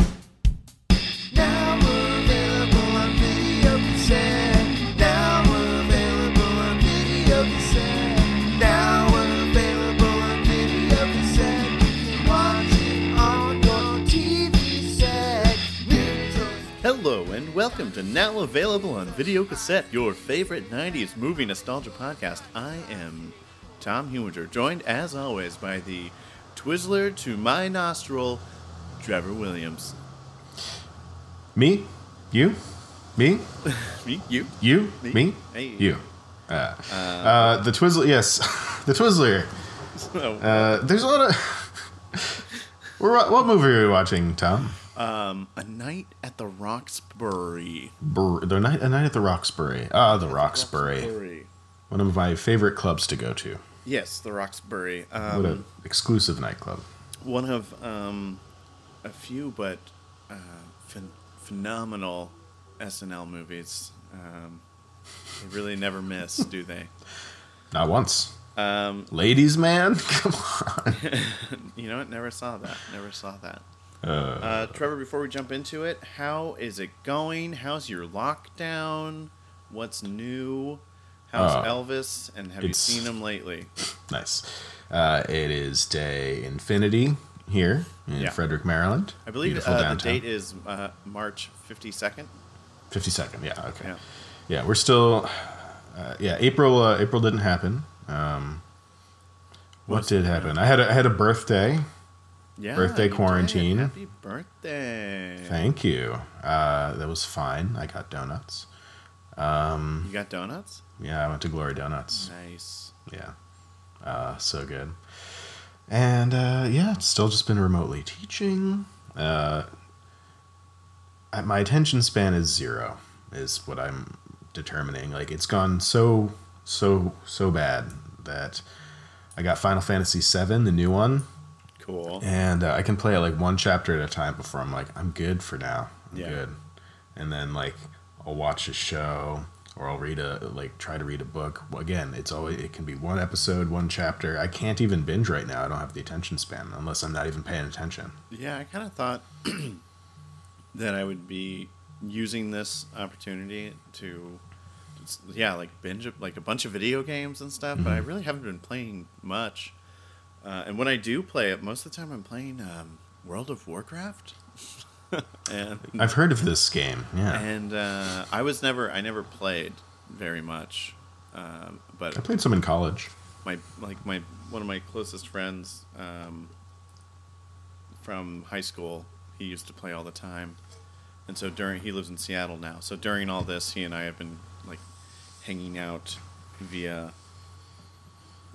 Now we're available on video cassette. Now we're available on video cassette. Now we're available on video cassette. You can watch it on your TV set. Music. Hello and welcome to Now Available on Video Cassette, your favorite 90s movie nostalgia podcast. I am Tom Hewinger, joined as always by the Twizzler to my nostril, Trevor Williams. Me, you, me, Me, you. you, Me. me, Hey. you. Uh, uh, the Twizzler, yes, the Twizzler. Oh, Uh, there's a lot of. We're, wa- what movie are we watching, Tom? um, a night at the Roxbury. Br- the night, a night at the Roxbury. Ah, the Roxbury, Roxbury. one of my favorite clubs to go to. Yes, the Roxbury. What Um, an exclusive nightclub. one of um, a few but uh, phen- phenomenal SNL movies. Um, they really never miss, do they? Not once. Um, Ladies, man, come on. You know what? Never saw that. Never saw that. Uh, Trevor, before we jump into it, how is it going? How's your lockdown? What's new? How's Uh, Elvis? And have you it's- seen him lately? Nice. Uh, it is day infinity here in Yeah. Frederick, Maryland. I believe Beautiful uh, the downtown. date is uh, March 52nd. 52nd yeah okay Yeah. yeah, we're still uh, yeah april uh, april didn't happen um what Was- did happen i had a, I had a birthday Yeah. Birthday you did. quarantine. Happy birthday. thank you uh that was fine i got donuts You got donuts? yeah i went to glory donuts Nice. yeah uh so good and uh yeah it's still just been remotely teaching uh I- my attention span is zero is what i'm determining like it's gone so so so bad that i got final fantasy VII, the new one Cool. and uh, i can play it like one chapter at a time before i'm like i'm good for now i'm Yeah. good and then like i'll watch a show or i'll read a like try to read a book Well, again it's always it can be one episode one chapter i can't even binge right now i don't have the attention span unless i'm not even paying attention Yeah, I kind of thought that I would be using this opportunity to, just- yeah, like binge up- like a bunch of video games and stuff. But I really haven't been playing much. Uh, and when I do play it, most of the time I'm playing um, World of Warcraft. and i've heard of this game yeah Mm. and uh, I was never I never played very much, um, but i played some in college my like my one of my closest friends um, from high school. He used to play all the time, and so during he lives in Seattle now. So during all this, he and I have been like hanging out via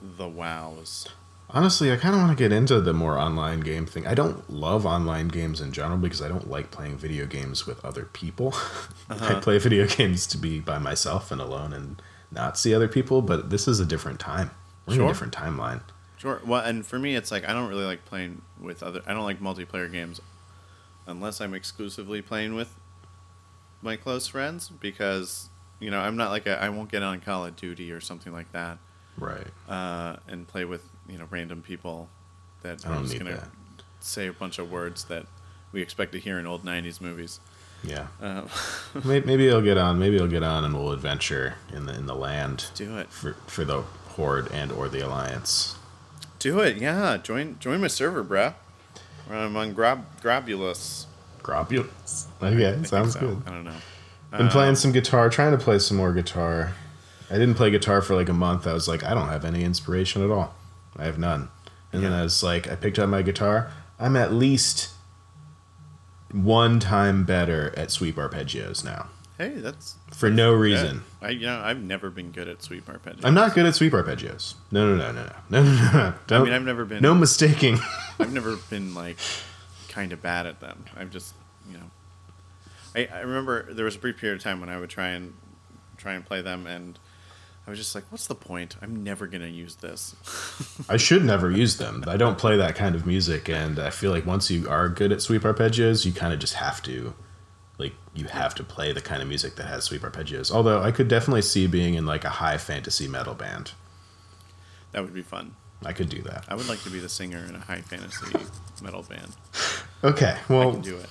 the wows. Honestly, I kind of want to get into the more online game thing. I don't love online games in general because I don't like playing video games with other people. I play video games to be by myself and alone and not see other people, but this is a different time. We're in Sure. a different timeline. Sure. Well, and for me, it's like I don't really like playing with other. I don't like multiplayer games unless I'm exclusively playing with my close friends because you know I'm not like a, I won't get on Call of Duty or something like that. Right. uh, and play with you know random people that I don't are just need gonna that. say a bunch of words that we expect to hear in old '90s movies. Yeah. Uh, maybe, maybe I'll get on. Maybe I'll get on and we'll adventure in the in the land do it, for for the horde and or the alliance. do it, yeah. Join join my server, bruh. I'm on Grob Grobulus. Grobulus. Okay, I think sounds so. good. I don't know. Been Um, playing some guitar, trying to play some more guitar. I didn't play guitar for like a month. I was like, I don't have any inspiration at all. I have none. And then Yeah. I was like, I picked up my guitar. I'm at least one time better at sweep arpeggios now Hey, that's for no that- reason. I you know I've never been good at sweep arpeggios. I'm not good at sweep arpeggios. No, no, no, no, no, no, no, no, no. Don't, I've never been- No mistaking. I've never been like kind of bad at them. I've just you know. I, I remember there was a brief period of time when I would try and try and play them, and I was just like, what's the point? I'm never gonna use this. I should never use them. I don't play that kind of music, and I feel like once you are good at sweep arpeggios, you kind of just have to, like, you have to play the kind of music that has sweep arpeggios. Although I could definitely see being in like a high fantasy metal band. That would be fun. I could do that. I would like to be the singer in a high fantasy metal band. Okay, I well, can do it.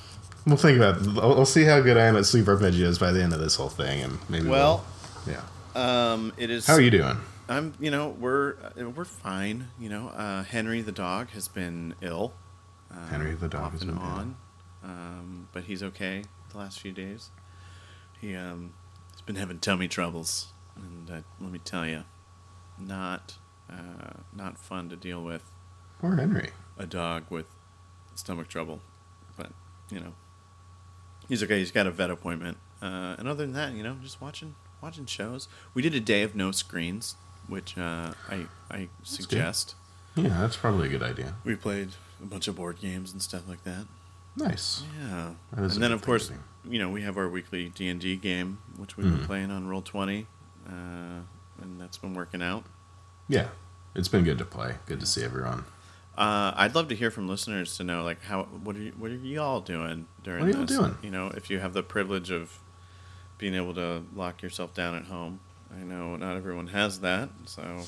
we'll think about. It. I'll, I'll see how good I am at sweep arpeggios by the end of this whole thing, and maybe. Well, we'll, yeah. um, it is. How are you doing? I'm. You know, we're uh, we're fine. You know, uh, Henry the dog has been ill. Um, Henry the dog off has and been ill. on, um, but he's okay. The last few days, he um, he's been having tummy troubles, and uh, let me tell you, not uh, not fun to deal with Poor Henry. a dog with stomach trouble, but you know, he's okay. He's got a vet appointment. Uh, and other than that, you know, just watching watching shows. We did a day of no screens, which uh, I I suggest. Yeah, that's probably a good idea. We played a bunch of board games and stuff like that. Nice. Yeah, That is a and then good of thing course, to do. you know, we have our weekly D and D game, which we've Mm-hmm. been playing on Roll Twenty, uh, and that's been working out. Yeah, it's been good to play. Good to see everyone. Uh, I'd love to hear from listeners to know like how what are you, what are y'all doing during What are y'all this? doing? You know, if you have the privilege of being able to lock yourself down at home. I know not everyone has that, so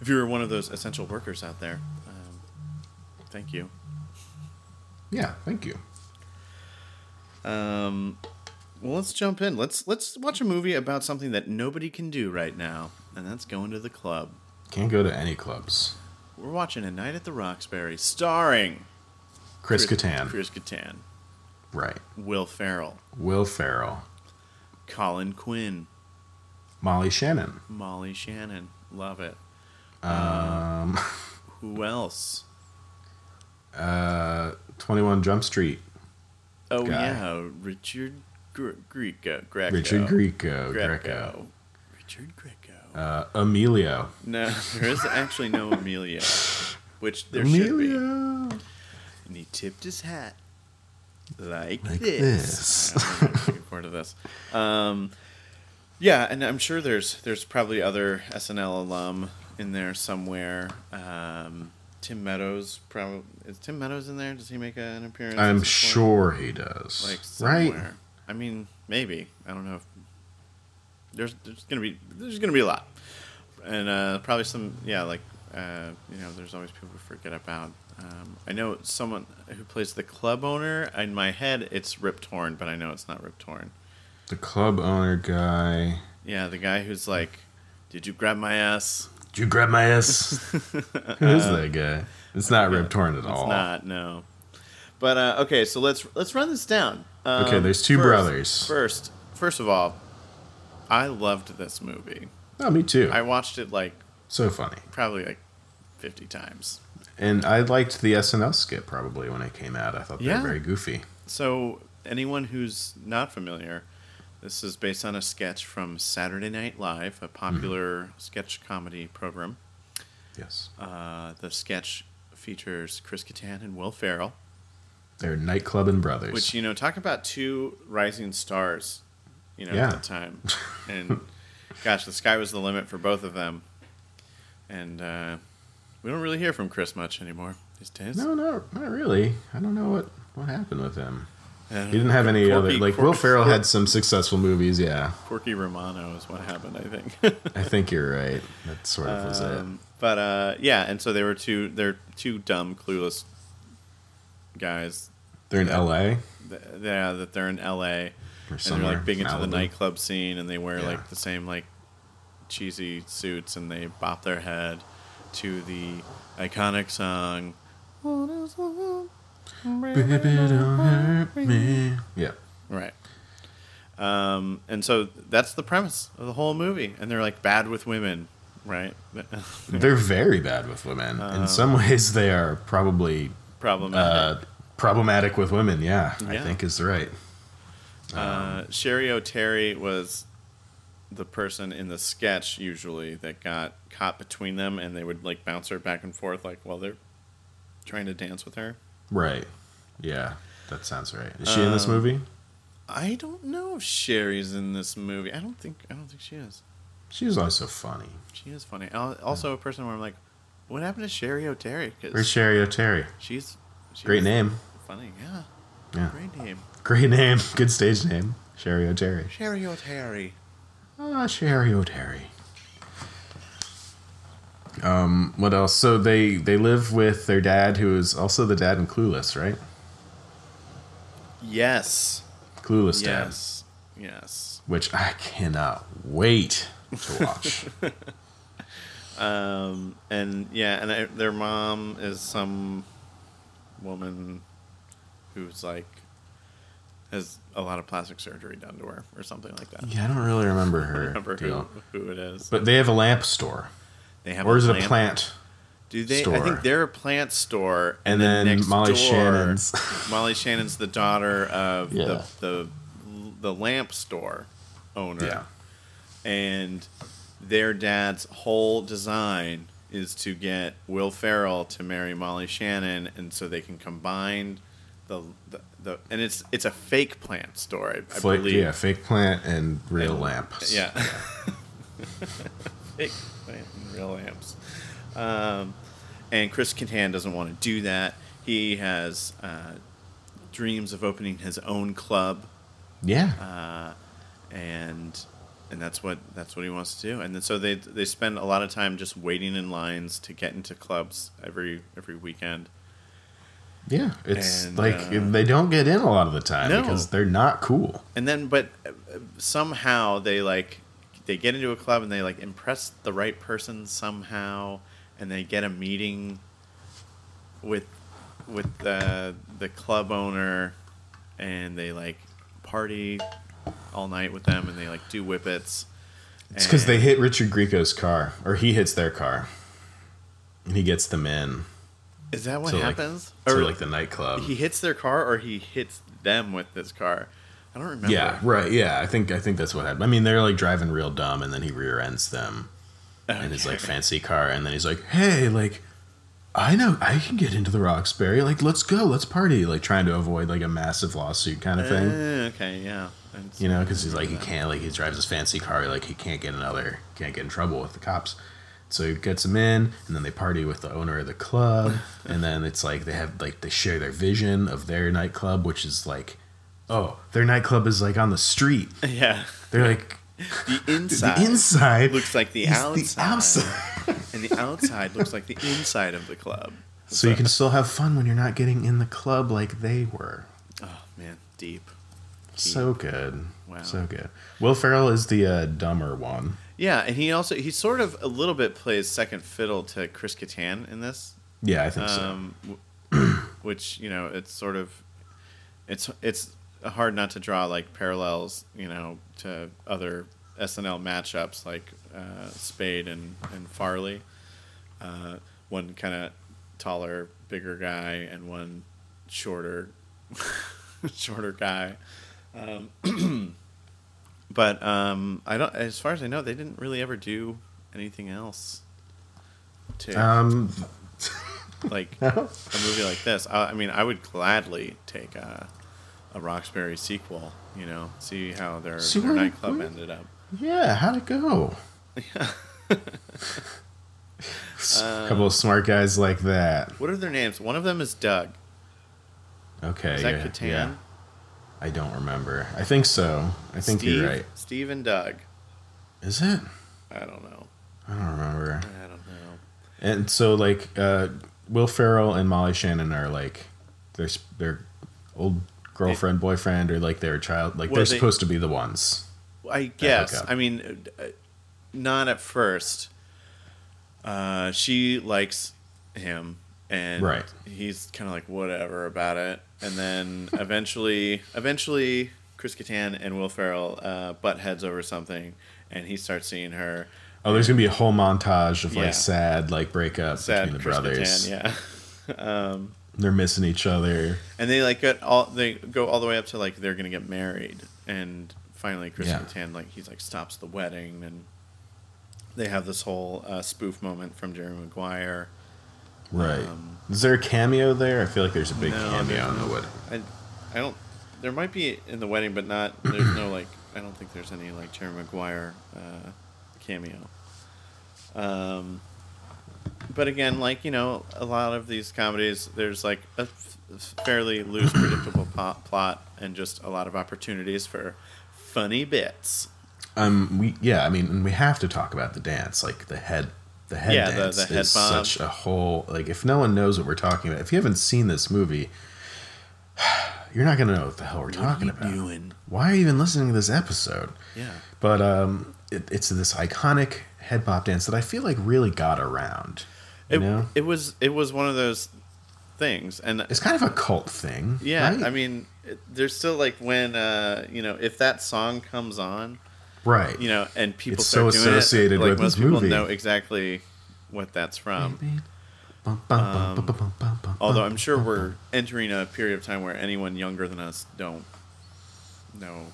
if you were one of those essential workers out there, um, thank you. Yeah, thank you. Um, well, let's jump in. Let's let's watch a movie about something that nobody can do right now, and that's going to the club. Can't go to any clubs. We're watching A Night at the Roxbury, starring Chris Kattan. Chris Kattan, Right. Will Ferrell, Will Farrell. Colin Quinn. Molly Shannon. Molly Shannon. Love it. Um, Who else? uh, 21 Jump Street. Oh, Guy. yeah. Richard Gre- Greco. Greco. Richard Greco. Grieco. Greco. Richard Greco. Uh, Emilio. no, there is actually no Amelia, which there should Emilio. be. And he tipped his hat like, Like this. this. I'm looking forward to this. Um, yeah, and I'm sure there's there's probably other SNL alum in there somewhere. Um, Tim Meadows, probably is Tim Meadows in there? Does he make an appearance? at I'm some point? sure he does. like somewhere. right? I mean, maybe I don't know. If, there's there's gonna be there's gonna be a lot, and uh, probably some yeah like uh, you know there's always people we forget about. Um, I know someone who plays the club owner. In my head, it's Rip Torn, but I know it's not Rip Torn. The club owner guy. Yeah, the guy who's like, "Did you grab my ass?" Did you grab my ass? Who is that guy? It's not Rip Torn at Uh, It's all. not no. But uh, okay, so let's let's run this down. Um, Okay, there's two first- brothers. First, first of all, I loved this movie. Oh, me too. I watched it like so funny. probably like 50 times. And I liked the SNL skit probably when it came out. I thought they Yeah. were very goofy. So, anyone who's not familiar, this is based on a sketch from Saturday Night Live, a popular sketch comedy program. Yes. Uh, the sketch features Chris Kattan and Will Ferrell, They're nightclub and brothers. which, you know, talk about two rising stars, you know, Yeah. at the time. And gosh, the sky was the limit for both of them. And uh, we don't really hear from Chris much anymore these days. No, no, not really. I don't know what what happened with him. Uh, He didn't have any quirky- other like quirky- Will Ferrell had some successful movies. Yeah, Quirky Romano is what happened, I think. I think you're right. That sort of was it. Um, but uh, yeah, and so they were two. They're two dumb, clueless guys. They're in L.A. Th- Yeah, that they're in L.A. or and they're somewhere. like big into the Malibu. nightclub scene, and they wear Yeah. like the same like cheesy suits, and they bop their head to the iconic song. Baby, don't hurt me. Yeah, Right. Um, and so that's the premise of the whole movie, and they're like bad with women, right? they're very bad with women. Um, In some ways, they are probably Problematic. uh, problematic with women. Yeah, I Yeah. think is right. Uh, Sherry O'Terry was the person in the sketch usually that got caught between them, and they would like bounce her back and forth, like while they're trying to dance with her. Right. Yeah, that sounds right. Is she in Um, this movie? I don't know if Sherry's in this movie. I don't think. I don't think she is. She was always so funny. She is funny. Al- Also, a person where I'm like, what happened to Sherry O'Terry? Where's Because Sherry O'Terry? she's she Great was name. Funny, yeah. Yeah. Great name, Great name. Good stage name. Sherry O'Terry. Sherry O'Terry. Ah, Sherry O'Terry. Um, what else? So they they live with their dad, who is also the dad in Clueless, right? Yes. Clueless dad, Yes. Yes. which I cannot wait to watch. Um, and yeah, and I, their mom is some woman who's like has a lot of plastic surgery done to her or something like that. yeah, I don't really remember I her. don't remember who, deal. who it is. But they have a lamp store, they have or is it a lamp- plant? Do they? I store? think they're a plant store, And then Molly Shannon's. Molly Shannon's the daughter of Yeah. the, the the lamp store owner. Yeah. and their dad's whole design is to get Will Ferrell to marry Molly Shannon, and so they can combine the the, the and it's it's a fake plant store, I, I Fla- believe. yeah, fake plant and real lamps. Yeah. fake plant and real amps. Um, and Chris Kattan doesn't want to do that. He has uh, dreams of opening his own club yeah. Uh, and and that's what that's what he wants to do. And then, so they they spend a lot of time just waiting in lines to get into clubs every every weekend. Yeah, it's And, like uh, they don't get in a lot of the time No. because they're not cool. And then, but uh, uh, somehow they like they get into a club and they like impress the right person somehow, and they get a meeting with with the the club owner, and they like party all night with them, and they like do whippets. It's because they And- hit Richard Grieco's car, or he hits their car, and he gets them in is that what to, like- happens to like the nightclub. he hits their car or he hits them with his car. I don't remember. yeah, right. Yeah, I think I think that's what happened. I mean, they're like driving real dumb, and then he rear ends them in his like fancy car, and then he's like, "Hey, like." I know I can get into the Roxbury. Like, let's go, let's party. Like, trying to avoid like a massive lawsuit kind of thing. Eh, okay, yeah. It's- you know, because he's like he can't like he drives his fancy car, like he can't get another can't get in trouble with the cops. So he gets them in, and then they party with the owner of the club, and then it's like they have like they share their vision of their nightclub, which is like, oh, their nightclub is like on the street. yeah. They're like The inside, the inside looks like the is outside, outside. and the outside looks like the inside of the club. so you can still have fun when you're not getting in the club like they were. Oh man, deep. So good, Wow. so good. Will Ferrell is the uh, dumber one. Yeah, and he also he sort of a little bit plays second fiddle to Chris Kattan in this, Yeah, I think so. um, w- which you know it's sort of it's it's hard not to draw like parallels you know to other SNL matchups like uh, Spade and and Farley, uh, one kind of taller, bigger guy, and one shorter, shorter guy. Um, but um, I don't. As far as I know, they didn't really ever do anything else. To Um, like a movie like this. I, I mean, I would gladly take a, a Roxbury sequel. You know, see how their, See their where- nightclub where- ended up. Yeah, how'd it go? A couple of smart guys like that. What are their names? One of them is Doug. Okay. Is yeah, that Catan? yeah. I don't remember. I think so. I think Steve, you're right. Steve and Doug. Is it? I don't know. I don't remember. I don't know. And so like uh, Will Ferrell and Molly Shannon are like they're s- they're old girlfriend boyfriend or like their child like Well, they're they- supposed to be the ones. I guess. up. I mean, uh, not at first. Uh, she likes him, and Right. he's kind of like whatever about it. And then eventually, eventually, Chris Kattan and Will Ferrell uh, butt heads over something, and he starts seeing her. Oh, there's gonna be a whole montage of Yeah. like sad like breakup Sad between the Chris brothers. Kattan, yeah. They're missing each other. And they like get all they go all the way up to like they're gonna get married, and finally Chris Yeah. Kattan like he's like stops the wedding, and they have this whole uh, spoof moment from Jerry Maguire. Right. Um, Is there a cameo there? I feel like there's a big No, cameo there's in the no- wedding. I, I don't. There might be in the wedding, but not. There's no like. I don't think there's any like Jerry Maguire uh, cameo. Um, but again, like you know, a lot of these comedies, there's like a f- fairly loose, predictable pot, plot, and just a lot of opportunities for funny bits. Um, we yeah, I mean, and we have to talk about the dance, like the head, the head Yeah, the- dance the head is bob. such a whole. Like, if no one knows what we're talking about, if you haven't seen this movie, you're not gonna know what the hell we're talking What are about. you doing? Why are you even listening to this episode? Yeah. But um, it, it's this iconic head bop dance that I feel like really got around. You It, know, it was it was one of those things, and it's kind of a cult thing. yeah, right? I mean, it, there's still like when uh, you know if that song comes on, right. you know, and people It's start so doing associated it, like with most this people movie. know exactly what that's from. Bum, bum, bum, bum, bum, bum, bum, um, Although bum, I'm sure bum, we're entering a period of time where anyone younger than us don't know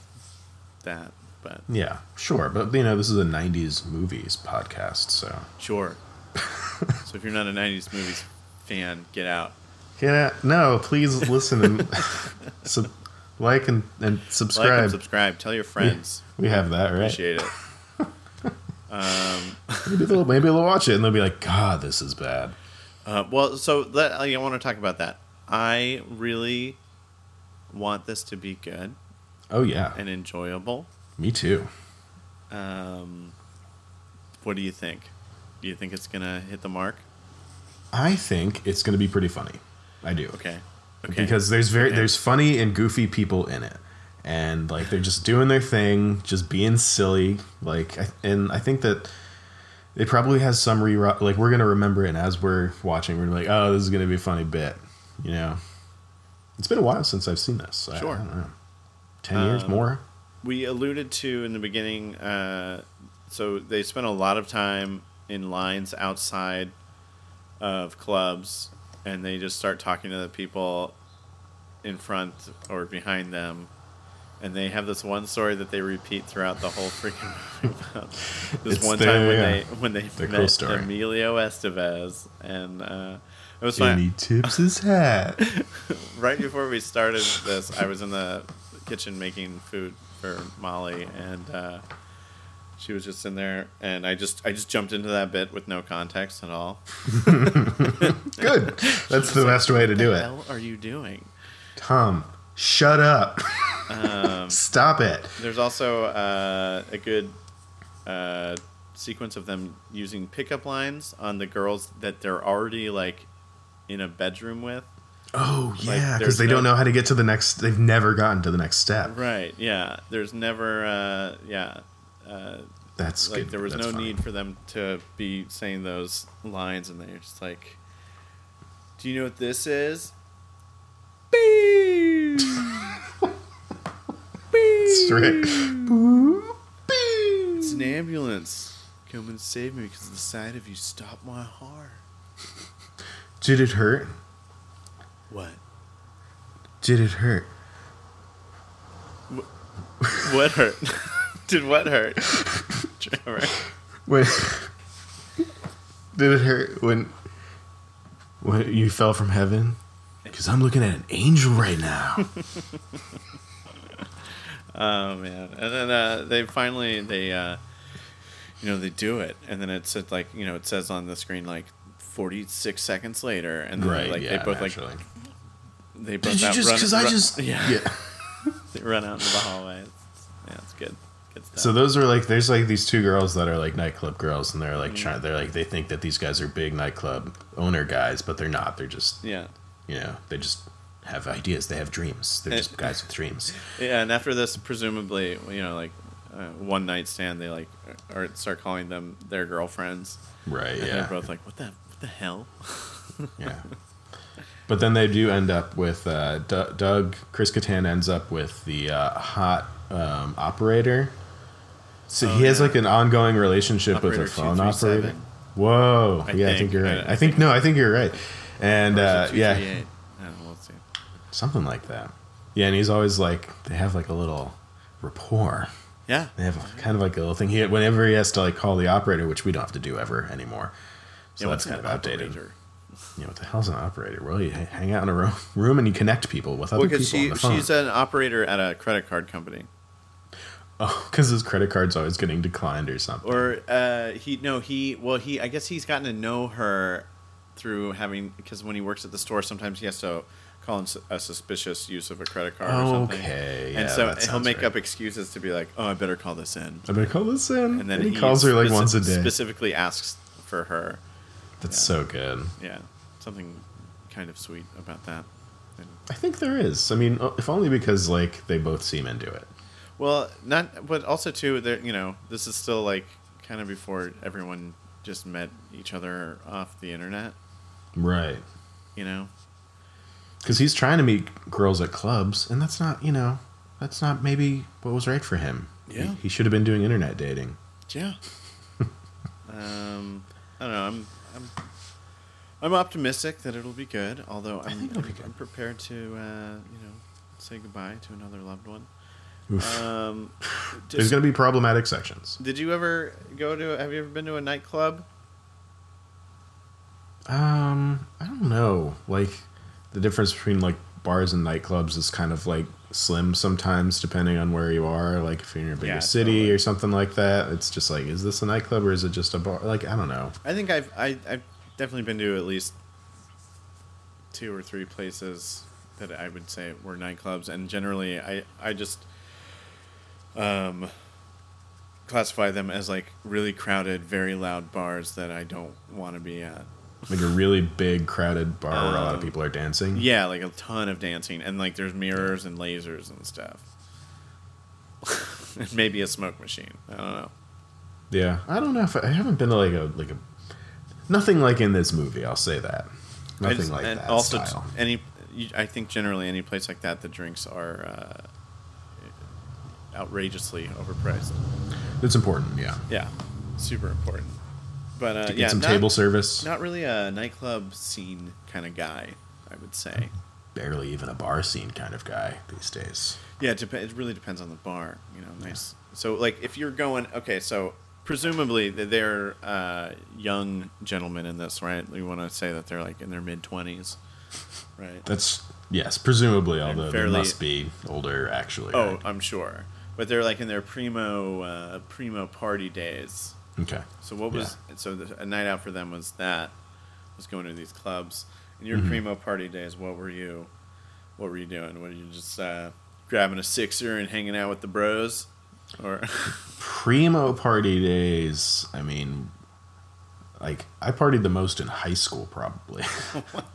that. But Yeah, sure. But, you know, this is a 90s movies podcast, so. sure. so if you're not a 90s movies fan, get out. Yeah, no, please listen and sub- like and, and Like subscribe. and subscribe. Tell your friends. we have that, right? Appreciate it. Maybe they'll, maybe they'll watch it and they'll be like, God, this is bad. Uh, well, so let, I want to talk about that. I really want this to be good Oh, yeah. and enjoyable. me too. Um, what do you think? Do you think it's gonna hit the mark? I think it's going to be pretty funny. I do. Okay. Okay. Because there's very there's funny and goofy people in it, and like they're just doing their thing, just being silly. Like, I- and I think that it probably has some re like we're gonna remember it, and as we're watching, we're gonna be like, oh, this is gonna be a funny bit. You know, it's been a while since I've seen this. I- Sure. I don't know. Ten years Um, more. we alluded to in the beginning uh, so they spent a lot of time in lines outside of clubs and they just start talking to the people in front or behind them and they have this one story that they repeat throughout the whole freaking movie about this It's one time when their, uh, they when they their met cool story. Emilio Estevez and uh, it was And fun he tips his hat. right before we started this, I was in the kitchen making food for Molly, and uh, she was just in there, and I just I just jumped into that bit with no context at all. Good. That's the best way to do What the it. hell are you doing? Tom, shut up. Um, Stop it. There's also uh, a good uh, sequence of them using pickup lines on the girls that they're already like in a bedroom with. Oh Like, yeah, there's because they don't no- know how to get to the next. They've never gotten to the next step. Right. Yeah. There's never. Uh, yeah. Uh, That's like good. there was That's no funny. need for them to be saying those lines and they're just like do you know what this is Straight. it's an ambulance come and save me because the sight of you stopped my heart Did it hurt? what Did it hurt? what hurt did what hurt Trevor. When? did it hurt when? When you fell from heaven? Because I'm looking at an angel right now. oh man and then uh, they finally they uh, you know they do it and then it's like you know it says on the screen like 46 seconds later and then like they both like they both Did you out- just? run- Because I run- just. yeah. yeah. They run out into the hallway. Yeah, it's good. Good stuff. So those are like there's like these two girls that are like nightclub girls and they're like Mm-hmm. trying they're like they think that these guys are big nightclub owner guys but they're not they're just yeah. you know they just have ideas they have dreams they're just guys with dreams Yeah, and after this, presumably, you know, like uh, one night stand, they like or start calling them their girlfriends. right And they're both like, "What the what the hell?" yeah but then they do end up with uh, D- Doug Chris Kattan ends up with the uh, hot um, operator so he has Oh, yeah. like an ongoing relationship Operator with a phone 237. operator whoa I think. yeah I uh, think you're I- right I I think no I think you're right and Or is it uh, yeah 238? I don't know, we'll see. something like that. Yeah, and he's always like they have like a little rapport. Yeah. They have a, kind of like a little thing. He whenever he has to like call the operator, which we don't have to do ever anymore. So yeah, that's what's kind of that outdated. operator? You know what the hell's an operator? Well, you h- hang out in a room, room and you connect people with other Well, people because on she the phone. she's an operator at a credit card company. Oh, because his credit card's always getting declined or something. or uh, he no he well he I guess he's gotten to know her through having because when he works at the store sometimes he has to call in su- a suspicious use of a credit card or something. Okay, and yeah, so that he'll sounds make right. up excuses to be like, oh, I better call this in, I'm gonna call this in, and then "Oh, he, calls her like speci- once a day. Specifically asks for her. That's yeah. so good. Yeah, something kind of sweet about that. And- I think there is. I mean, o- if only because like they both seem into it. Well, not, but also too, there. You know, this is still like kind of before everyone just met each other off the internet. Right. You know, Because he's trying to meet girls at clubs, and that's not, you know, that's not maybe what was right for him. He- Yeah. He, should have been doing internet dating. Yeah. um, I don't know. I'm I'm I'm optimistic that it'll be good. Although I'm think it'll be good. I'm prepared to uh, you know say goodbye to another loved one. Oof. Um, There's just, going to be problematic sections. did you ever go to? Have you ever been to a nightclub? Um, I don't know. Like, the difference between like bars and nightclubs is kind of like slim sometimes, depending on where you are. Like, if you're in a bigger Yeah, city totally. or something like that, it's just like, is this a nightclub or is it just a bar? Like, I don't know. I think I've I, I've definitely been to at least two or three places that I would say were nightclubs, and generally I I just um classify them as like really crowded, very loud bars that I don't want to be at. Like a really big, crowded bar where a lot Um, of people are dancing. Yeah, like a ton of dancing, and like there's mirrors and lasers and stuff, and maybe a smoke machine. I don't know. Yeah, I don't know if I, I haven't been to like a like a nothing like in this movie. I'll say that I nothing just- like and that also style. t- any you- i think generally any place like that the drinks are uh, outrageously overpriced it's important. Yeah, yeah super important but uh, to get yeah some not, table service. not really a nightclub scene kind of guy i would say Barely even a bar scene kind of guy these days. yeah it, dep- it really depends on the bar you know nice so like if you're going okay so presumably th- they're uh, young gentlemen in this right we want to say that they're like in their mid-20s right That's yes, presumably. Although fairly- they must be older actually. Oh, right? I'm sure. But they're like in their primo uh, primo party days. okay. So what was so the, a night out for them was that was going to these clubs. In your primo party days, what were you? What were you doing? Were you just uh, grabbing a sixer and hanging out with the bros, or Primo party days. I mean, like I partied the most in high school probably.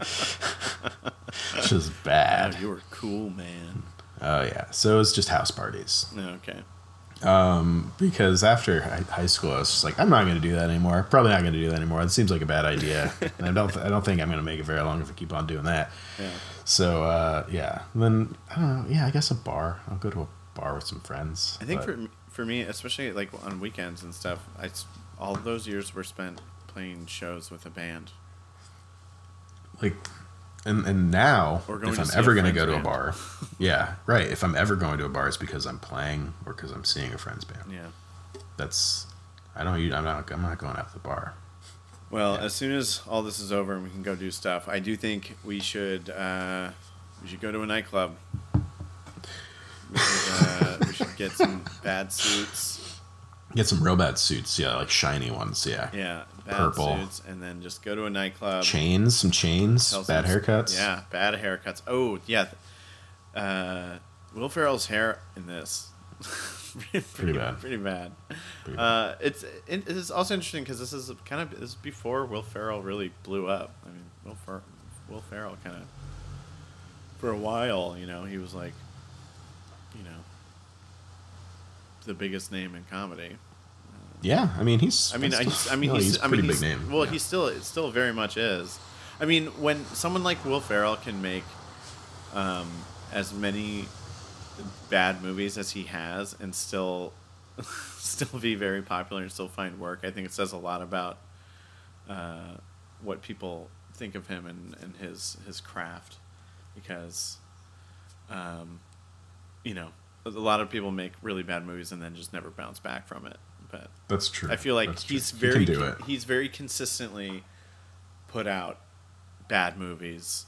Which is bad. oh, you were cool, man? Oh yeah. So it's just house parties. No, Okay, because after hi- high school, I was just like, I'm not going to do that anymore. Probably not going to do that anymore. It seems like a bad idea, and I don't, I don't think I'm going to make it very long if I keep on doing that. yeah. So uh, yeah, then I don't know. Yeah, I guess a bar. I'll go to a bar with some friends. I think but- for for me, especially like on weekends and stuff, I s- all those years were spent playing shows with a band. like, and and now Or going if to I'm see a ever going to friend's go to band. a bar, yeah, right. If I'm ever going to a bar, it's because I'm playing or because I'm seeing a friend's band. Yeah. That's I don't. u- I'm not. I'm not going out to the bar. Well, as soon as all this is over and we can go do stuff, I do think we should uh, we should go to a nightclub. We should, uh, we should get some bad suits. Get some real bad suits. Yeah, like shiny ones. Yeah, bad Purple. suits, and then just go to a nightclub. chains, some chains, tell some- bad haircuts. Yeah, bad haircuts. Oh yeah, uh, Will Ferrell's hair in this pretty, bad. Pretty bad. Pretty bad. Uh, it's it is also interesting because this is kind of this is before Will Ferrell really blew up. I mean, Will Fer- Will Ferrell kind of for a while, you know, he was like, you know, the biggest name in comedy. yeah. I mean, he's. I mean, I, he's- I mean, no, he's, he's I mean, pretty he's- big name. Well, yeah. he still it still very much is. I mean, when someone like Will Ferrell can make um, as many bad movies as he has and still still be very popular and still find work, I think it says a lot about uh, what people think of him and, and his his craft because um, you know a lot of people make really bad movies and then just never bounce back from it but that's true. I feel like That's true. he's He very can do it. he's very consistently put out bad movies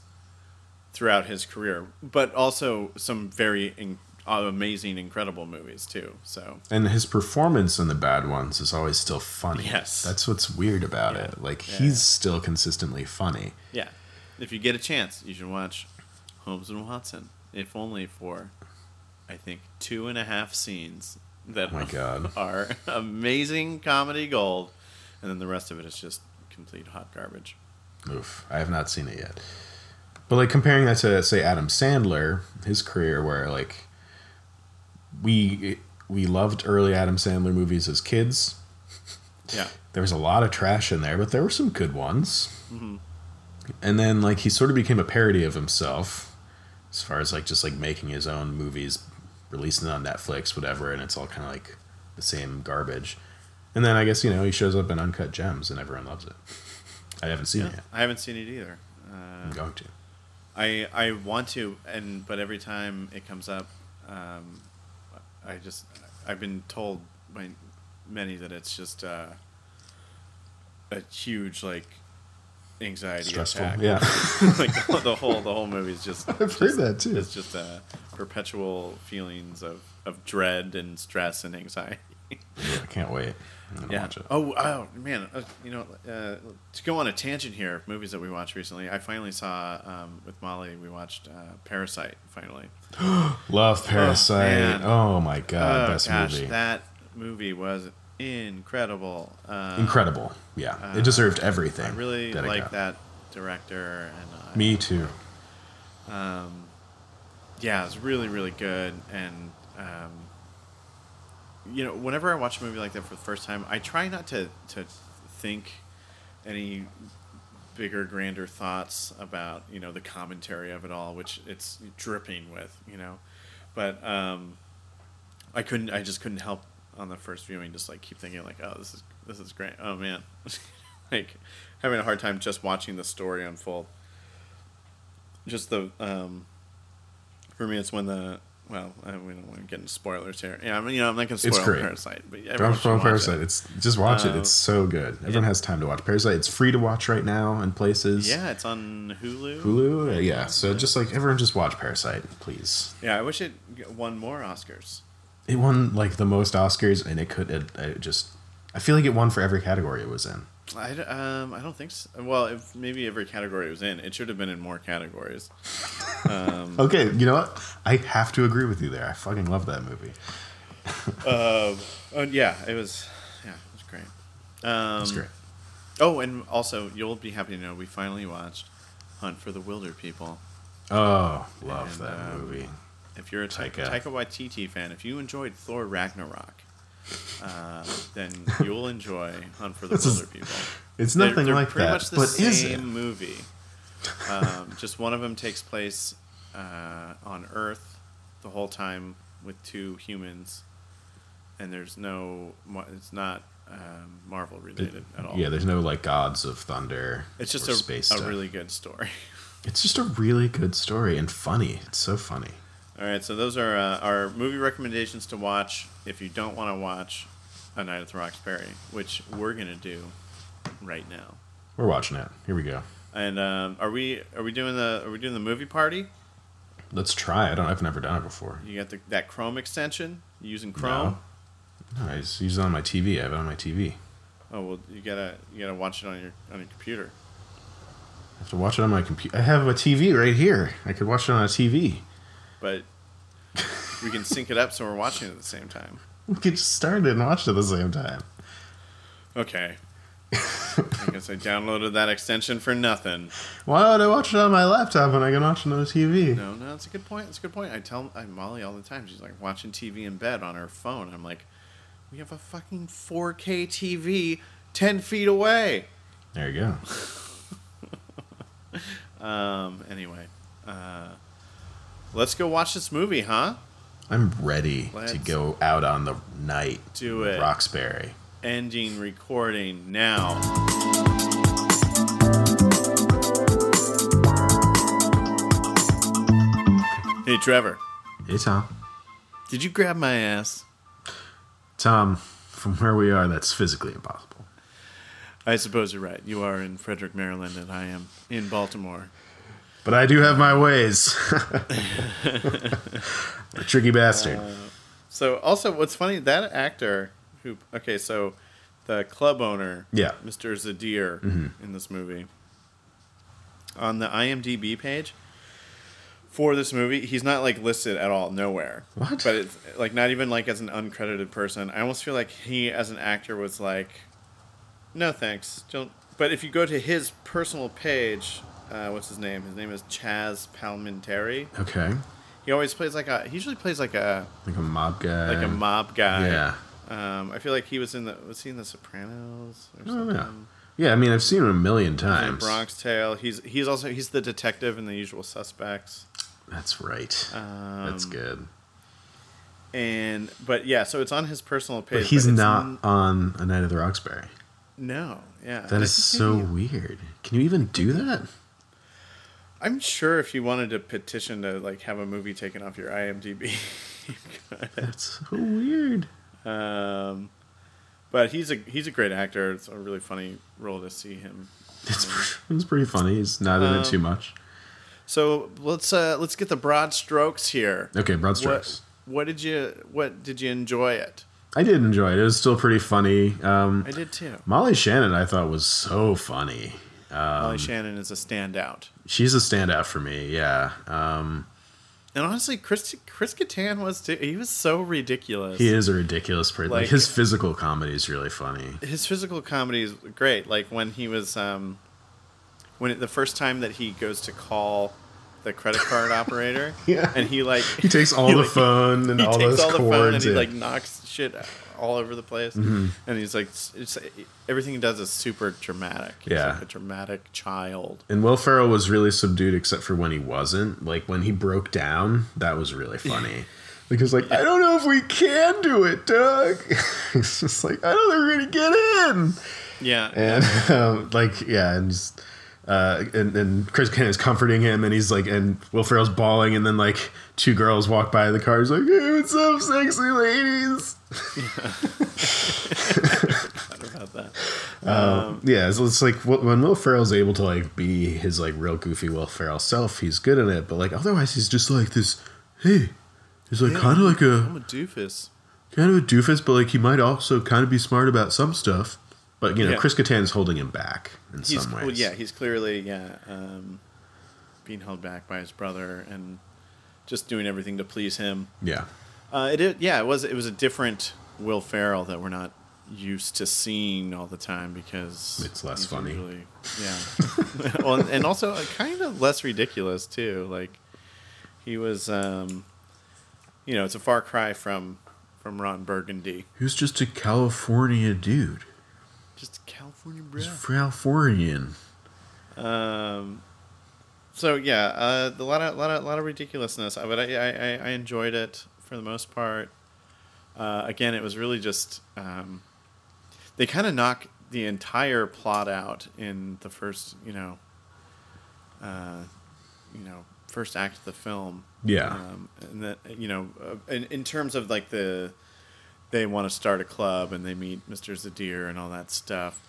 throughout his career, but also some very in, uh, amazing, incredible movies too. So And his performance in the bad ones is always still funny. Yes. That's what's weird about Yeah. it. Like Yeah. he's still consistently funny. yeah, if you get a chance, you should watch Holmes and Watson, if only for, I think, two and a half scenes that Oh my God. are amazing comedy gold, and then the rest of it is just complete hot garbage. Oof. I have not seen it yet. But like comparing that to say Adam Sandler, his career where like we we loved early Adam Sandler movies as kids. Yeah, There was a lot of trash in there, but there were some good ones. And then like he sort of became a parody of himself as far as like just like making his own movies, releasing it on Netflix, whatever, and it's all kind of like the same garbage. And then I guess you know he shows up in Uncut Gems and everyone loves it. I haven't seen yeah. it yet. I haven't seen it either. Uh, I'm going to. I I want to, and but every time it comes up, um, I just I've been told by many that it's just uh, a huge like anxiety Stressful. attack. Yeah. like the whole the whole movie is just. I've heard just- that, too. It's just uh, perpetual feelings of of dread and stress and anxiety. I can't wait. I'm gonna Yeah. watch it. Oh, oh man, uh, you know, uh, to go on a tangent here, movies that we watched recently. I finally saw um, with Molly. We watched uh, Parasite finally. Love Parasite. man. Oh, my god, oh best gosh, movie. that movie was incredible. Uh, Incredible. Yeah. it deserved everything. I really it like got. that director, and uh, I, Me too. yeah, it's really really good. And um, you know, whenever I watch a movie like that for the first time, I try not to to think any bigger, grander thoughts about you know the commentary of it all, which it's dripping with, you know. But um, I couldn't. I just couldn't help on the first viewing, just like keep thinking like, oh, this is this is great. Oh man, like having a hard time just watching the story unfold. Just the um, for me, it's when the well, I, we don't want to get into spoilers here. Yeah, I mean, you know, I'm not gonna spoil great. Parasite, but everyone Don't should spoil watch it. Parasite. It's just watch it. It's so good. Everyone Oh. yeah. has time to watch Parasite. It's free to watch right now in places. Yeah, it's on Hulu. Hulu. uh, Yeah. So just like everyone, just watch Parasite, please. Yeah, I wish it g- won more Oscars. It won like the most Oscars, and it could. It, it just. I feel like it won for every category it was in. I, d- um, I don't think so. Well, if maybe every category it was in, it should have been in more categories. Hmm. Okay, you know what? I have to agree with you there. I fucking love that movie. Oh yeah, it was. Yeah, it was great. It's Um, great. Oh, and also you'll be happy to know we finally watched Hunt for the Wilder People. Oh, love that um, movie. If you're a Ta- Taika. Taika, Waititi fan, if you enjoyed Thor Ragnarok, uh, then you'll enjoy Hunt for the This is- Wilder People. It's They're- nothing they're like pretty that. Much the but same is it? movie. Um, just one of them takes place uh, on Earth the whole time with two humans, and there's no. mar- It's not um, Marvel related at all. Yeah, there's no like gods of thunder. it's just or a, space a stuff. really good story. It's just a really good story and funny. It's so funny. All right, so those are uh, our movie recommendations to watch if you don't want to watch A Night at the Roxbury, which we're gonna do right now. We're watching it. Here we go. And um, are we are we doing the are we doing the movie party? Let's try. I don't. I've never done it before. You got the, that Chrome extension? You using Chrome? No, I just use it on my TV. I have it on my TV. Oh well, you gotta you gotta watch it on your on your computer. I have to watch it on my computer. I have a TV right here. I could watch it on a TV. But we can sync it up so we're watching it at the same time. We could just start it and watch it at the same time. Okay. I guess I downloaded that extension for nothing. Why would I watch it on my laptop when I can watch it on a TV? No, no, that's a good point. That's a good point. I tell I, Molly all the time. She's like watching TV in bed on her phone. I'm like, we have a fucking 4K TV ten feet away. There you go. Um. Anyway, uh, let's go watch this movie, huh? I'm ready to Let's- go out on the night. Do it. Roxbury. Ending recording now. Hey, Trevor, Hey, Tom. did you grab my ass? Tom, from where we are, that's physically impossible. I suppose you're right. You are in Frederick, Maryland, and I am in Baltimore. but I do have my ways. A tricky bastard. Uh, So also, what's funny that actor who okay, so the club owner, Yeah. Mm-hmm. Mr. Zadir in this movie, on the IMDb page for this movie, he's not like listed at all, nowhere. What? But it's like not even like as an uncredited person. I almost feel like he as an actor was like, no thanks, don't. But if you go to his personal page, uh, what's his name? His name is Chaz Palminteri. okay, He always plays like a. He usually plays like a like a mob guy. like a mob guy. Uh, Yeah. Um, I feel like he was in the was he in the Sopranos or Oh, something? yeah. Yeah, I mean, I've seen him a million He's in times. Bronx Tale. He's he's also he's the detective in The Usual Suspects. That's right. Um, That's good. And but yeah, so it's on his personal page. But he's it's not n- on A Night of the Roxbury. no. Yeah. That I is think so he- weird. Can you even do that? I'm sure if you wanted to petition to like have a movie taken off your IMDb. That's so weird. um, but he's a he's a great actor. It's a really funny role to see him Um, It's, it's pretty funny. He's not in it too much. So let's uh, let's get the broad strokes here. Okay, broad What, strokes. what did you what did you enjoy it? I did enjoy it. It was still pretty funny. Um, I did too. Molly Shannon, I thought, was so funny. Molly Shannon is a standout, She's a standout for me. Yeah. Um, and honestly, Chris Chris Kattan was too. He was so ridiculous. he is a ridiculous person. Like, Like- his physical comedy is really funny. His physical comedy is great. Like when he was um, when it, the first time that he goes to call the credit card operator, Yeah. and he like He takes all the phone and he all takes those all the phone and cords. he in. like knocks shit all over the place Mm-hmm. and he's like s- it's, everything he does is super dramatic he's Yeah. like a dramatic child And Will Ferrell was really subdued, except for when he wasn't. Like when he broke down, that was really funny. because like I don't know if we can do it, Doug. it's just like I don't think we're gonna get in. yeah And um, like yeah, and just, uh, and and Chris Kane is comforting him, and he's like, and Will Ferrell's bawling, and then like two girls walk by the car. He's like, hey, what's up, sexy ladies? forgot about that Yeah, so it's like wh- when Will Ferrell's able to like be his like real goofy Will Ferrell self, he's good at it. But like otherwise, he's just like this. Hey, he's like Yeah, kind of like i'm a a doofus kind of a doofus, but like he might also kind of be smart about some stuff. But you know, Yeah. Chris Kattan is holding him back in he's some ways. well, yeah he's clearly yeah um, being held back by his brother and just doing everything to please him yeah, uh, it, it yeah it was it was a different will ferrell that we're not used to seeing all the time because It's less he's funny. usually- yeah well and also uh, kind of less ridiculous too like he was um you know it's a far cry from from ron burgundy he was just a California dude. just a california He's breath Californian. Um, so yeah, uh, a lot of lot of lot of ridiculousness, Uh, but I I, I- I enjoyed it for the most part. Uh, again, it was really just um, they kind of knock the entire plot out in the first you know, uh, you know first act of the film. Yeah. um, and that you know, uh, in, in terms of like the they want to start a club and they meet Mr. Zadir and all that stuff.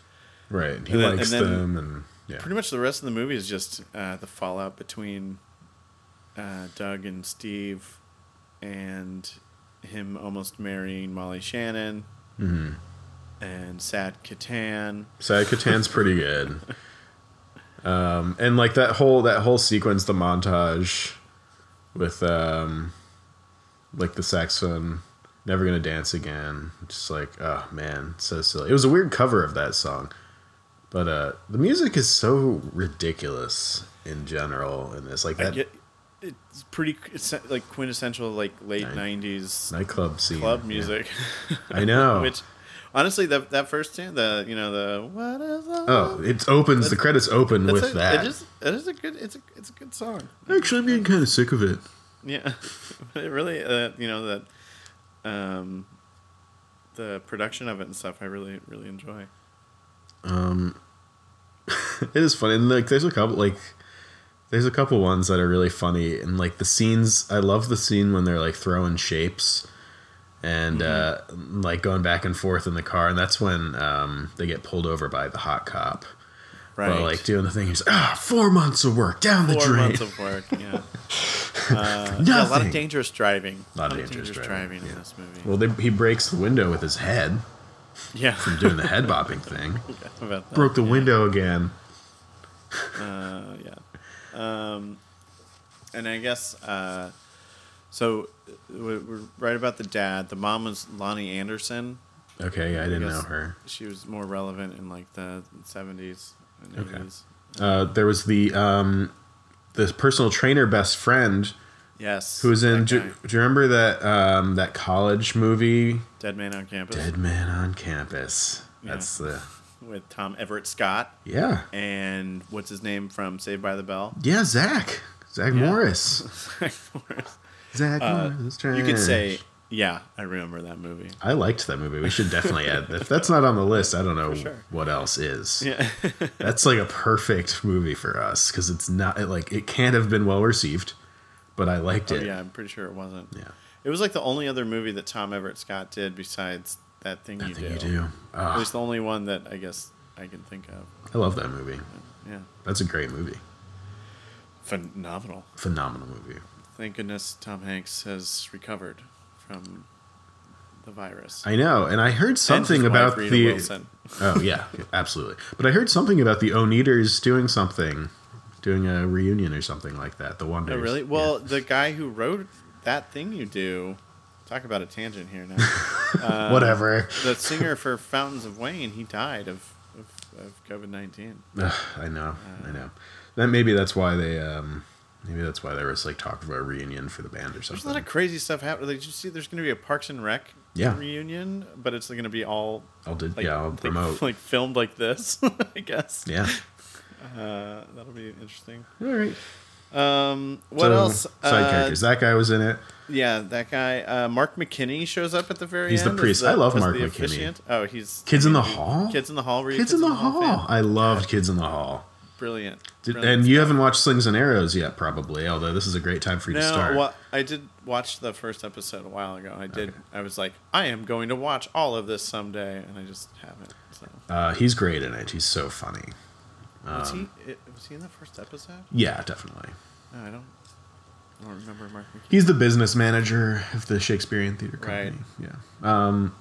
Right, he And then- likes and then- them, and yeah, Pretty much the rest of the movie is just uh, the fallout between uh, Doug and Steve and him almost marrying Molly Shannon Mm-hmm. and Sat Katan. Sad Catan's pretty good. Um, and like that whole that whole sequence, the montage with um, like the saxophone, never gonna dance again. Just like oh man, so silly. It was a weird cover of that song, but uh, the music is so ridiculous in general in this like I that get, it's pretty it's like quintessential like late Nine- 90s nightclub scene, club yeah. music. I know. Which honestly that that first scene, the you know the what is love? oh, it opens. The credits open That's with a, that. It is it is a good it's a it's a good song. Actually, I'm getting kind of sick of it. Yeah, but it really, uh, you know, that um, the production of it and stuff, I really, really enjoy. it is funny and like there's a couple like there's a couple ones that are really funny and like the scenes i love the scene when they're like throwing shapes and Mm-hmm. uh like going back and forth in the car and that's when um they get pulled over by the hot cop Right. While like doing the thing, he's ah, four months of work down the Four drain. months of work. Yeah. Uh, yeah, a lot Nothing. of dangerous driving. A lot of dangerous driving, driving, in this movie. well, they, he breaks the window with his head, yeah. doing the head bopping thing. Oh, about that. Broke the window again. Uh, yeah. Um, and I guess uh, so. uh, We're we're right about the dad. The mom was Lonnie Anderson. Okay, I didn't guess- know her. She was more relevant in like the seventies and Okay. eighties. Uh, there was the um, the personal trainer best friend Yes. who was in. that Do, guy. do you remember that um, that college movie, Dead Man on Campus Dead Man on Campus? That's the with Tom Everett Scott yeah and what's his name from Saved by the Bell? yeah Zach Zach Morris Zach Morris. Uh, you could say, Trash. yeah, I remember that movie. I liked that movie. We should definitely add that. If that's not on the list, I don't know sure. what else is. Yeah. That's like a perfect movie for us because it's not it, like it can't have been well received, but I liked Oh, it. yeah, I'm pretty sure it wasn't. Yeah. It was like the only other movie that Tom Everett Scott did besides that thing, you, I think do. you do. It Ah, was the only one that I guess I can think of. I love that movie. Yeah. That's a great movie. Phenomenal. Phenomenal movie. Thank goodness Tom Hanks has recovered from the virus. I know, and I heard And his something wife, about Rita the. Wilson. Oh yeah, absolutely. But I heard something about the Oneaters doing something, doing a reunion or something like that. The Wonders. Oh, really? Yeah. Well, the guy who wrote that thing you do, talk about a tangent here now. uh, whatever. the singer for Fountains of Wayne, he died of of, of COVID nineteen. Ugh, I know, uh, I know. That maybe that's why they. Um, maybe that's why there was like talk of a reunion for the band or There's a something. lot of crazy stuff happening. Like, did you see? There's going to be a Parks and Rec Yeah. reunion, but it's going to be all I'll do. like, yeah, I'll like- promote. like filmed like this. I guess. yeah. Uh, that'll be interesting. All right. Um, what So, else? Side Uh, characters. That guy was in it. Yeah, that guy. Uh, Mark McKinney shows up at the very He's the end. as priest. I love as Mark the McKinney. officiant. Oh, he's Kids in the Hall. Kids in the Hall. Were you Kids in the Hall. fan? I loved Kids in the Hall. Brilliant. Did, Brilliant. and you haven't watched Slings and Arrows yet, probably. Although this is a great time for you to No, start. well, I did watch the first episode a while ago. I did. I was like, I am going to watch all of this someday, and I just haven't. So Uh, he's great in it. He's so funny. was Um, he? It, was he in the first episode? Yeah, definitely. No, I don't. I don't remember Mark McKinney. He's the business manager of the Shakespearean Theater Company. Right. Yeah. Um,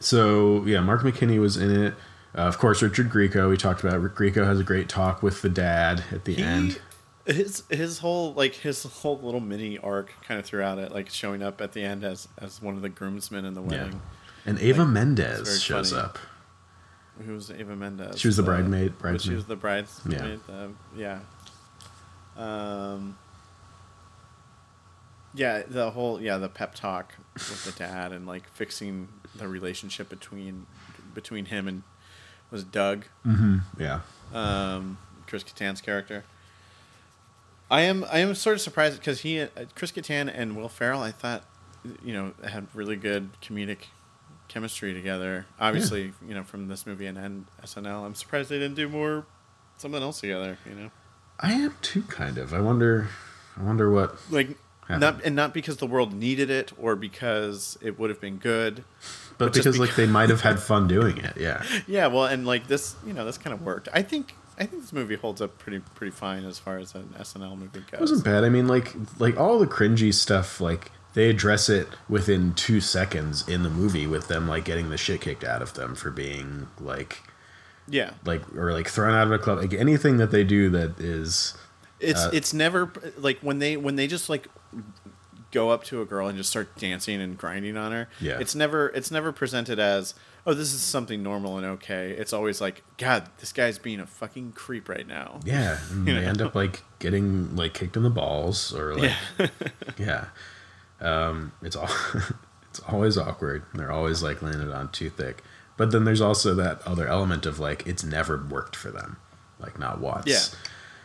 so yeah, Mark McKinney was in it. Uh, of course, Richard Grieco. We talked about Grieco has a great talk with the dad at the end. He, his his whole like his whole little mini arc kind of throughout it, like showing up at the end as as one of the groomsmen in the Yeah. wedding. And Ava it's very Mendez shows funny. up. Who was Eva Mendes? She was the uh, bridemaid. but She Bridesmaid. was the bridesmaid. uh, Yeah. Um. Yeah, the whole yeah the pep talk with the dad and like fixing the relationship between between him and was Doug yeah. um, Chris Kattan's character. I am I am sort of surprised because he uh, Chris Kattan and Will Ferrell I thought you know had really good comedic chemistry together. Obviously, you know from this movie and, and SNL. I'm surprised they didn't do more something else together. You know, I am too, kind of. I wonder. I wonder what. like Happened. not and not because the world needed it or because it would have been good. But, But just because like they might have had fun doing it. Yeah. Yeah, well, and like this, you know, this kind of worked. I think I think this movie holds up pretty pretty fine as far as an SNL movie goes. It wasn't bad. I mean, like like all the cringy stuff, like they address it within two seconds in the movie with them like getting the shit kicked out of them for being like yeah. like or like thrown out of a club. Like anything that they do that is Uh, It's it's never like when they when they just like go up to a girl and just start dancing and grinding on her. Yeah. It's never it's never presented as oh this is something normal and okay. It's always like God this guy's being a fucking creep right now. yeah, and they end up like getting like kicked in the balls or like yeah. Um, it's all it's always awkward. and They're always like landed on too thick. But then there's also that other element of like it's never worked for them, like not once.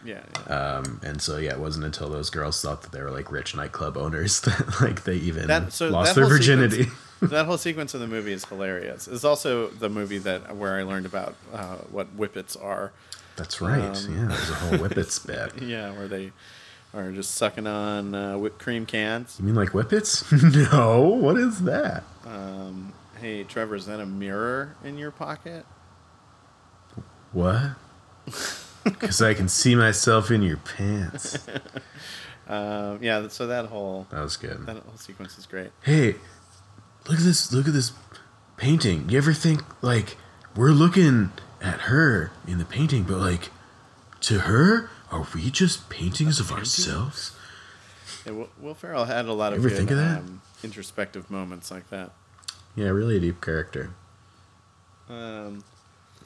Yeah. Yeah. yeah. Um, and so yeah, it wasn't until those girls thought that they were like rich nightclub owners that like they even That- so lost that their whole sequence- virginity. that whole sequence in the movie is hilarious. It's also the movie that where I learned about uh, what whippets are. That's right. Um, yeah, there's a whole whippets bit. You Yeah, where they are just sucking on uh, whipped cream cans. mean like whippets? no. What is that? Um, hey Trevor, is that a mirror in your pocket? What? Because I can see myself in your pants. Um, yeah, so that whole That was good. that whole sequence is great. Hey, look at this. Look at this painting. You ever think, like, we're looking at her in the painting, but, like, to her, are we just paintings of ourselves? Yeah, Will, Will Ferrell had a lot of Ever good, think of that? Um, introspective moments like that. Yeah, really a deep character. Um,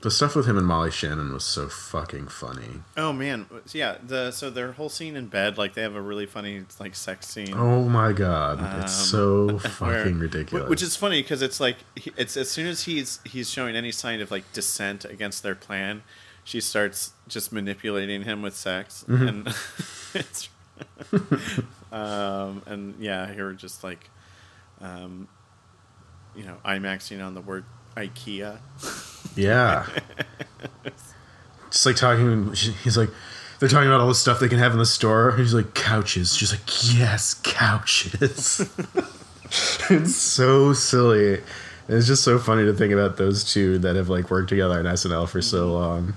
The stuff with him and Molly Shannon was so fucking funny. oh man, so yeah. The so their whole scene in bed, like they have a really funny like sex scene. Oh my god, it's so Um, where- fucking wh- ridiculous. Which is funny because it's like he- it's as soon as he's he's showing any sign of like dissent against their plan, she starts just manipulating him with sex, Mm-hmm. and it's um, and yeah, here just like um, you know IMAXing on the word IKEA. yeah. Just like talking, she- he's like, they're talking about all the stuff they can have in the store. He's like, couches. She's like, yes, couches. it's so silly. And it's just so funny to think about those two that have like worked together on SNL for Mm-hmm. so long.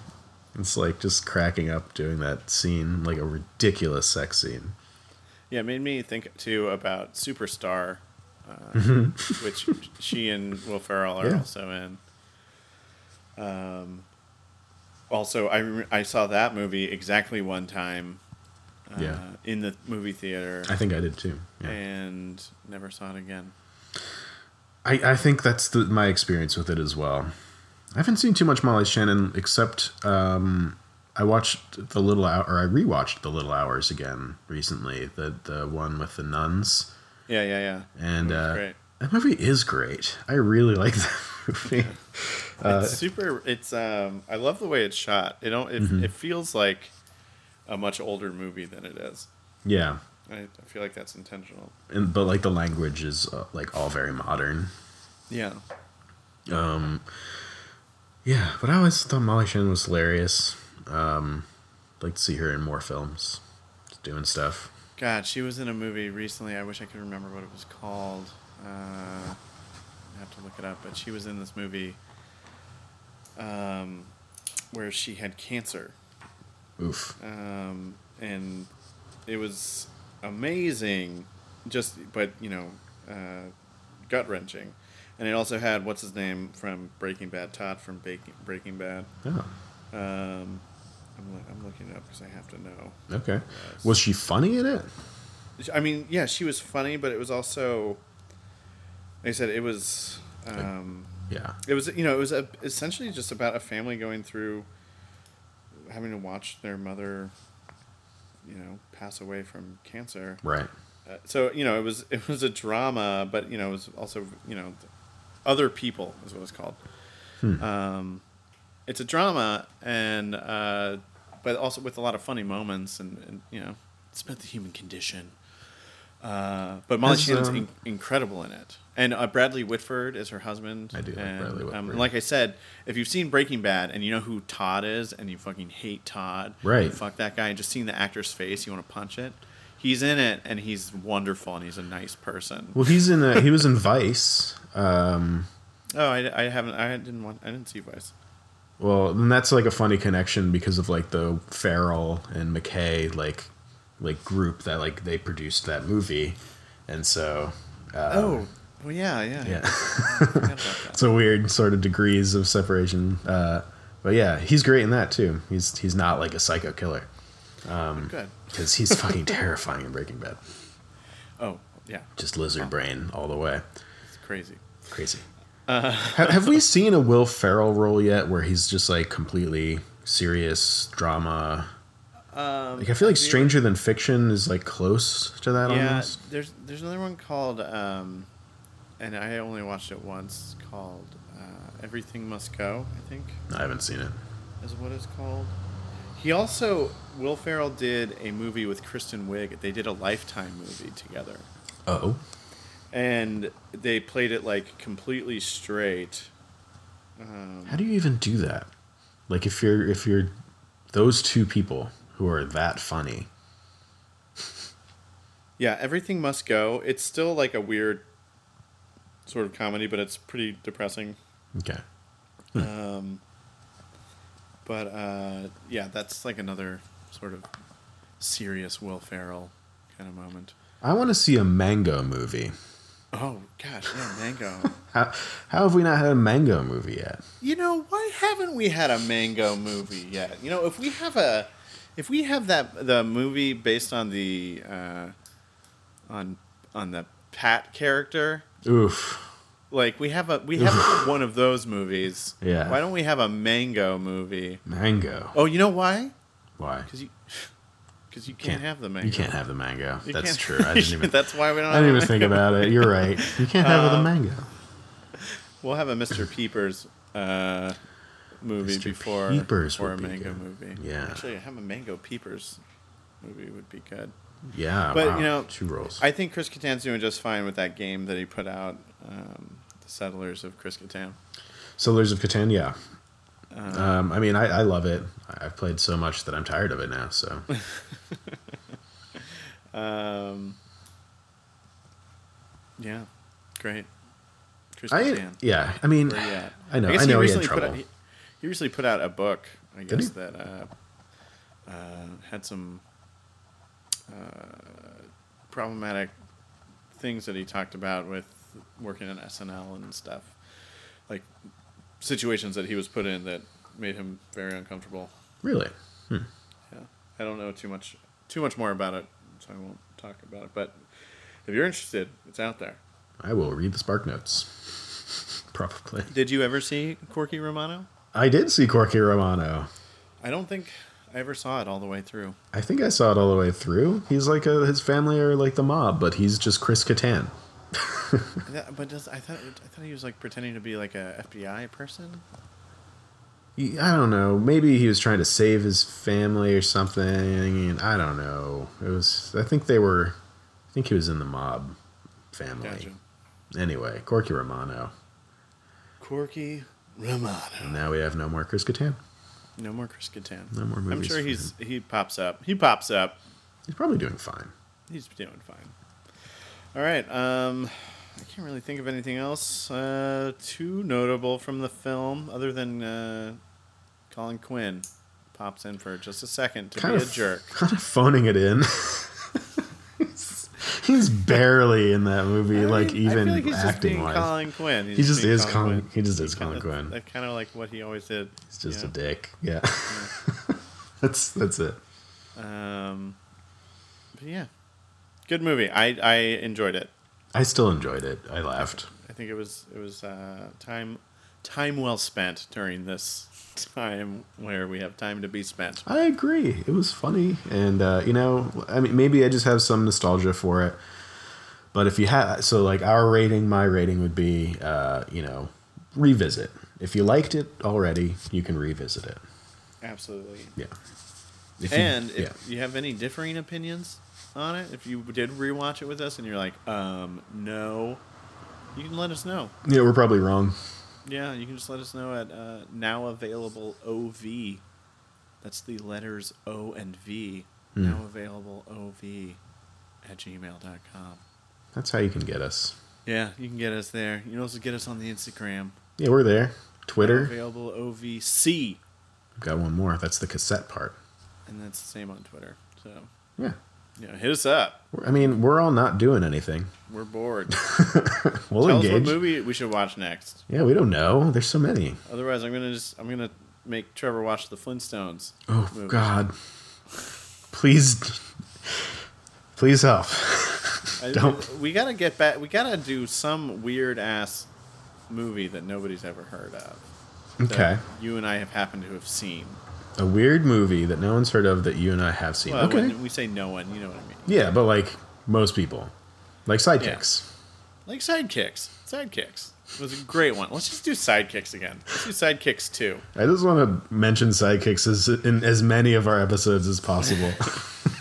It's like just cracking up doing that scene, like a ridiculous sex scene. Yeah, it made me think too about Superstar, uh, which she and Will Ferrell are Mm-hmm. Yeah. also in. Um, also, I rem- I saw that movie exactly one time. Uh, Yeah. in the movie theater, I think I did too. Yeah. and never saw it again. I, I think that's the, my experience with it as well. I haven't seen too much Molly Shannon except um, I watched the Little Hour, or I rewatched the Little Hours again recently, the the one with the nuns, Yeah, yeah, yeah. and That was uh, great. that movie is great. I really like that movie. Uh, it's super. It's um. I love the way it's shot. It don't. It, Mm-hmm. it feels like a much older movie than it is. yeah, I, I feel like that's intentional. and but like the language is uh, like all very modern. Yeah. Um, yeah, but I always thought Molly Shannon was hilarious. Um, I'd like to see her in more films, just doing stuff. God, she was in a movie recently. I wish I could remember what it was called. Uh, I have to look it up, but she was in this movie um, where she had cancer, Oof. um, and it was amazing. Just, but you know, uh, gut wrenching, and it also had what's his name from Breaking Bad, Todd from Baking, Breaking Bad. Oh. Um, I'm, loo- I'm looking it up because I have to know. Okay. Was she funny in it? I mean, yeah, she was funny, but it was also, like I said, it was, um, Yeah. it was, you know, it was a, essentially just about a family going through having to watch their mother, you know, pass away from cancer. Right. Uh, so you know, it was it was a drama, but you know, it was also you know, other people is what it's called. Hmm. Um, it's a drama, and uh, but also with a lot of funny moments, and, and you know, it's about the human condition. Uh, but Molly Has, Shannon's um, in- incredible in it, and uh, Bradley Whitford is her husband. I do like and, Bradley Um, Whitford. and like I said, if you've seen Breaking Bad and you know who Todd is, and you fucking hate Todd, Right. Fuck that guy. Just seeing the actor's face, you want to punch it. He's in it, and he's wonderful, and he's a nice person. Well, he's in. A, he was in Vice. Um, Oh, I, I haven't. I didn't want. I didn't see Vice. well, and that's like a funny connection because of like the Farrell and McKay like like group that like they produced that movie, and so oh, well, yeah, yeah. yeah, I forgot about that. it's a weird sort of degrees of separation. Uh, but yeah, he's great in that too. He's he's not like a psycho killer Good. because he's fucking terrifying in Breaking Bad. Oh, yeah. Just lizard brain all the way. It's crazy. crazy. Uh, Ha- have we seen a Will Ferrell role yet where he's just like completely serious drama? Um, Like I feel like we- Stranger Than Fiction is like close to that Yeah, almost. there's there's another one called, um, and I only watched it once. Called uh, Everything Must Go. I think I haven't seen it. is what it's called. He also Will Ferrell did a movie with Kristen Wiig. They did a Lifetime movie together. Oh, and they played it like completely straight. Um, how do you even do that? Like if you're if you're those two people who are that funny. yeah, everything must go. It's still like a weird sort of comedy, but it's pretty depressing. Okay. Um, But uh, yeah, that's like another sort of serious Will Ferrell kind of moment. I want to see a mango movie. Oh gosh, yeah, mango. How, how have we not had a mango movie yet? you know, why haven't we had a mango movie yet? You know, if we have a, if we have that the movie based on the, uh, on on the Pat character, Oof. like we have a we have one of those movies. Yeah. Why don't we have a mango movie? Mango. Oh, you know why? Why? Because you, because you can't, have the mango. You can't have the mango. You That's can't- true. I didn't even. That's why we don't. I didn't have even a think mango. about it. You're right. You can't have the mango. We'll have a Mr. Peepers uh, movie Mr. before Peepers or a would be mango good. movie. Yeah. actually, have a mango Peepers movie would be good. Yeah. But, wow. you know, two rolls. I think Chris Kattan's doing just fine with that game that he put out, um, The Settlers of Chris Kattan. Settlers of Catan. Yeah. Uh, Um, I mean, I, I love it. I- I've played so much that I'm tired of it now. So Um, yeah, great. Chris I, Kattan. yeah. I mean, Where you at? I know. I, guess know he had recently trouble. Put out, he, he recently put out a book, I he? guess, that uh, uh, had some uh, problematic things that he talked about with working in SNL and stuff. Like situations that he was put in that made him very uncomfortable. Really? Yeah. I don't know too much too much more about it, so I won't talk about it. But if you're interested, it's out there. I will read the spark notes. Probably. Did you ever see Corky Romano? I did see Corky Romano. I don't think I ever saw it all the way through. I think I saw it all the way through. He's like a, his family are like the mob, but he's just Chris Catan. That, but does, I thought I thought he was like pretending to be like a FBI person. He- I don't know. Maybe he was trying to save his family or something. and I don't know. It was. I think they were. I think he was in the mob family. Gotcha. Anyway, Corky Romano. Quirky Romano. And now we have no more Chris Catan. No more Chris Kattan. No more I'm movies sure for he's he pops up. He pops up. He's probably doing fine. He's doing fine. All right. Um, I can't really think of anything else uh, too notable from the film other than uh, Colin Quinn pops in for just a second to Kind be of a jerk. Kind of phoning it in. he's barely in that movie, like I mean, I feel even like he's just acting being wise. Colin Quinn. He's he just being is Colin. Quinn. He just is Colin Kinda- Quinn. That's kind of like what he always did. He's just you a know? dick. Yeah. that's that's it. Um, but yeah, good movie. I I enjoyed it. I still enjoyed it. I laughed. I think it was it was uh, time time well spent during this time where we have time to be spent. I agree. It was funny, and uh, you know, I mean, maybe I just have some nostalgia for it. But if you had, so like our rating, my rating would be, uh, you know, revisit. If you liked it already, you can revisit it. Absolutely. Yeah. If you- And if yeah, you have any differing opinions on it, if you did rewatch it with us and you're like, um, no, you can let us know. yeah, we're probably wrong. Yeah, you can just let us know at uh, now available OV. That's the letters O and V. Hmm. Now available OV at gmail.com. That's how you can get us. Yeah, you can get us there. You can also get us on the Instagram. Yeah, we're there. Twitter. Available OVC. Got one more. That's the cassette part. And that's the same on Twitter. So, Yeah. yeah, hit us up. We're- I mean, we're all not doing anything. We're bored. Tell We'll us what engage. movie we should watch next. Yeah, we don't know. There's so many. Otherwise, I'm gonna just I'm gonna make Trevor watch the Flintstones. Oh movies. God! Please, please help. I- Don't. We gotta get back. We gotta do some weird ass movie that nobody's ever heard of. that Okay, You and I have happened to have seen. a weird movie that no one's heard of that you and I have seen. Well, okay. when we say no one, you know what I mean. Yeah, but like most people, like sidekicks. Like sidekicks. Sidekicks was a great one. Let's just do sidekicks again. Let's do sidekicks too. I just want to mention sidekicks as, in as many of our episodes as possible.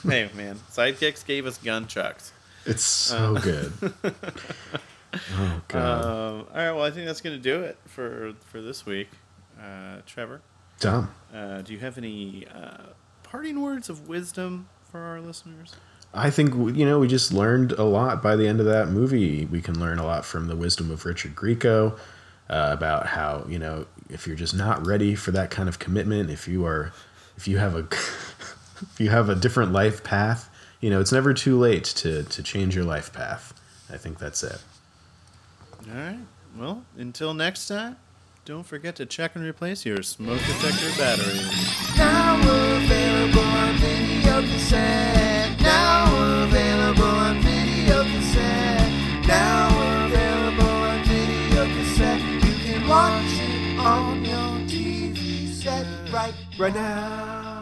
hey man, sidekicks gave us gun chucks. it's so good. oh God, Um, all right. Well, I think that's gonna do it for for this week. Uh, Trevor. Tom. Uh, do you have any uh, parting words of wisdom for our listeners? I think you know we just learned a lot by the end of that movie. We can learn a lot from the wisdom of Richard Grieco uh, about how you know if you're just not ready for that kind of commitment, if you are, if you have a, if you have a different life path, you know, it's never too late to to change your life path. I think that's it. All right. Well, until next time, don't forget to check and replace your smoke detector battery. Now available on video cassette. Now available on video cassette. Now available on video cassette. You can watch it on your TV set right, right now.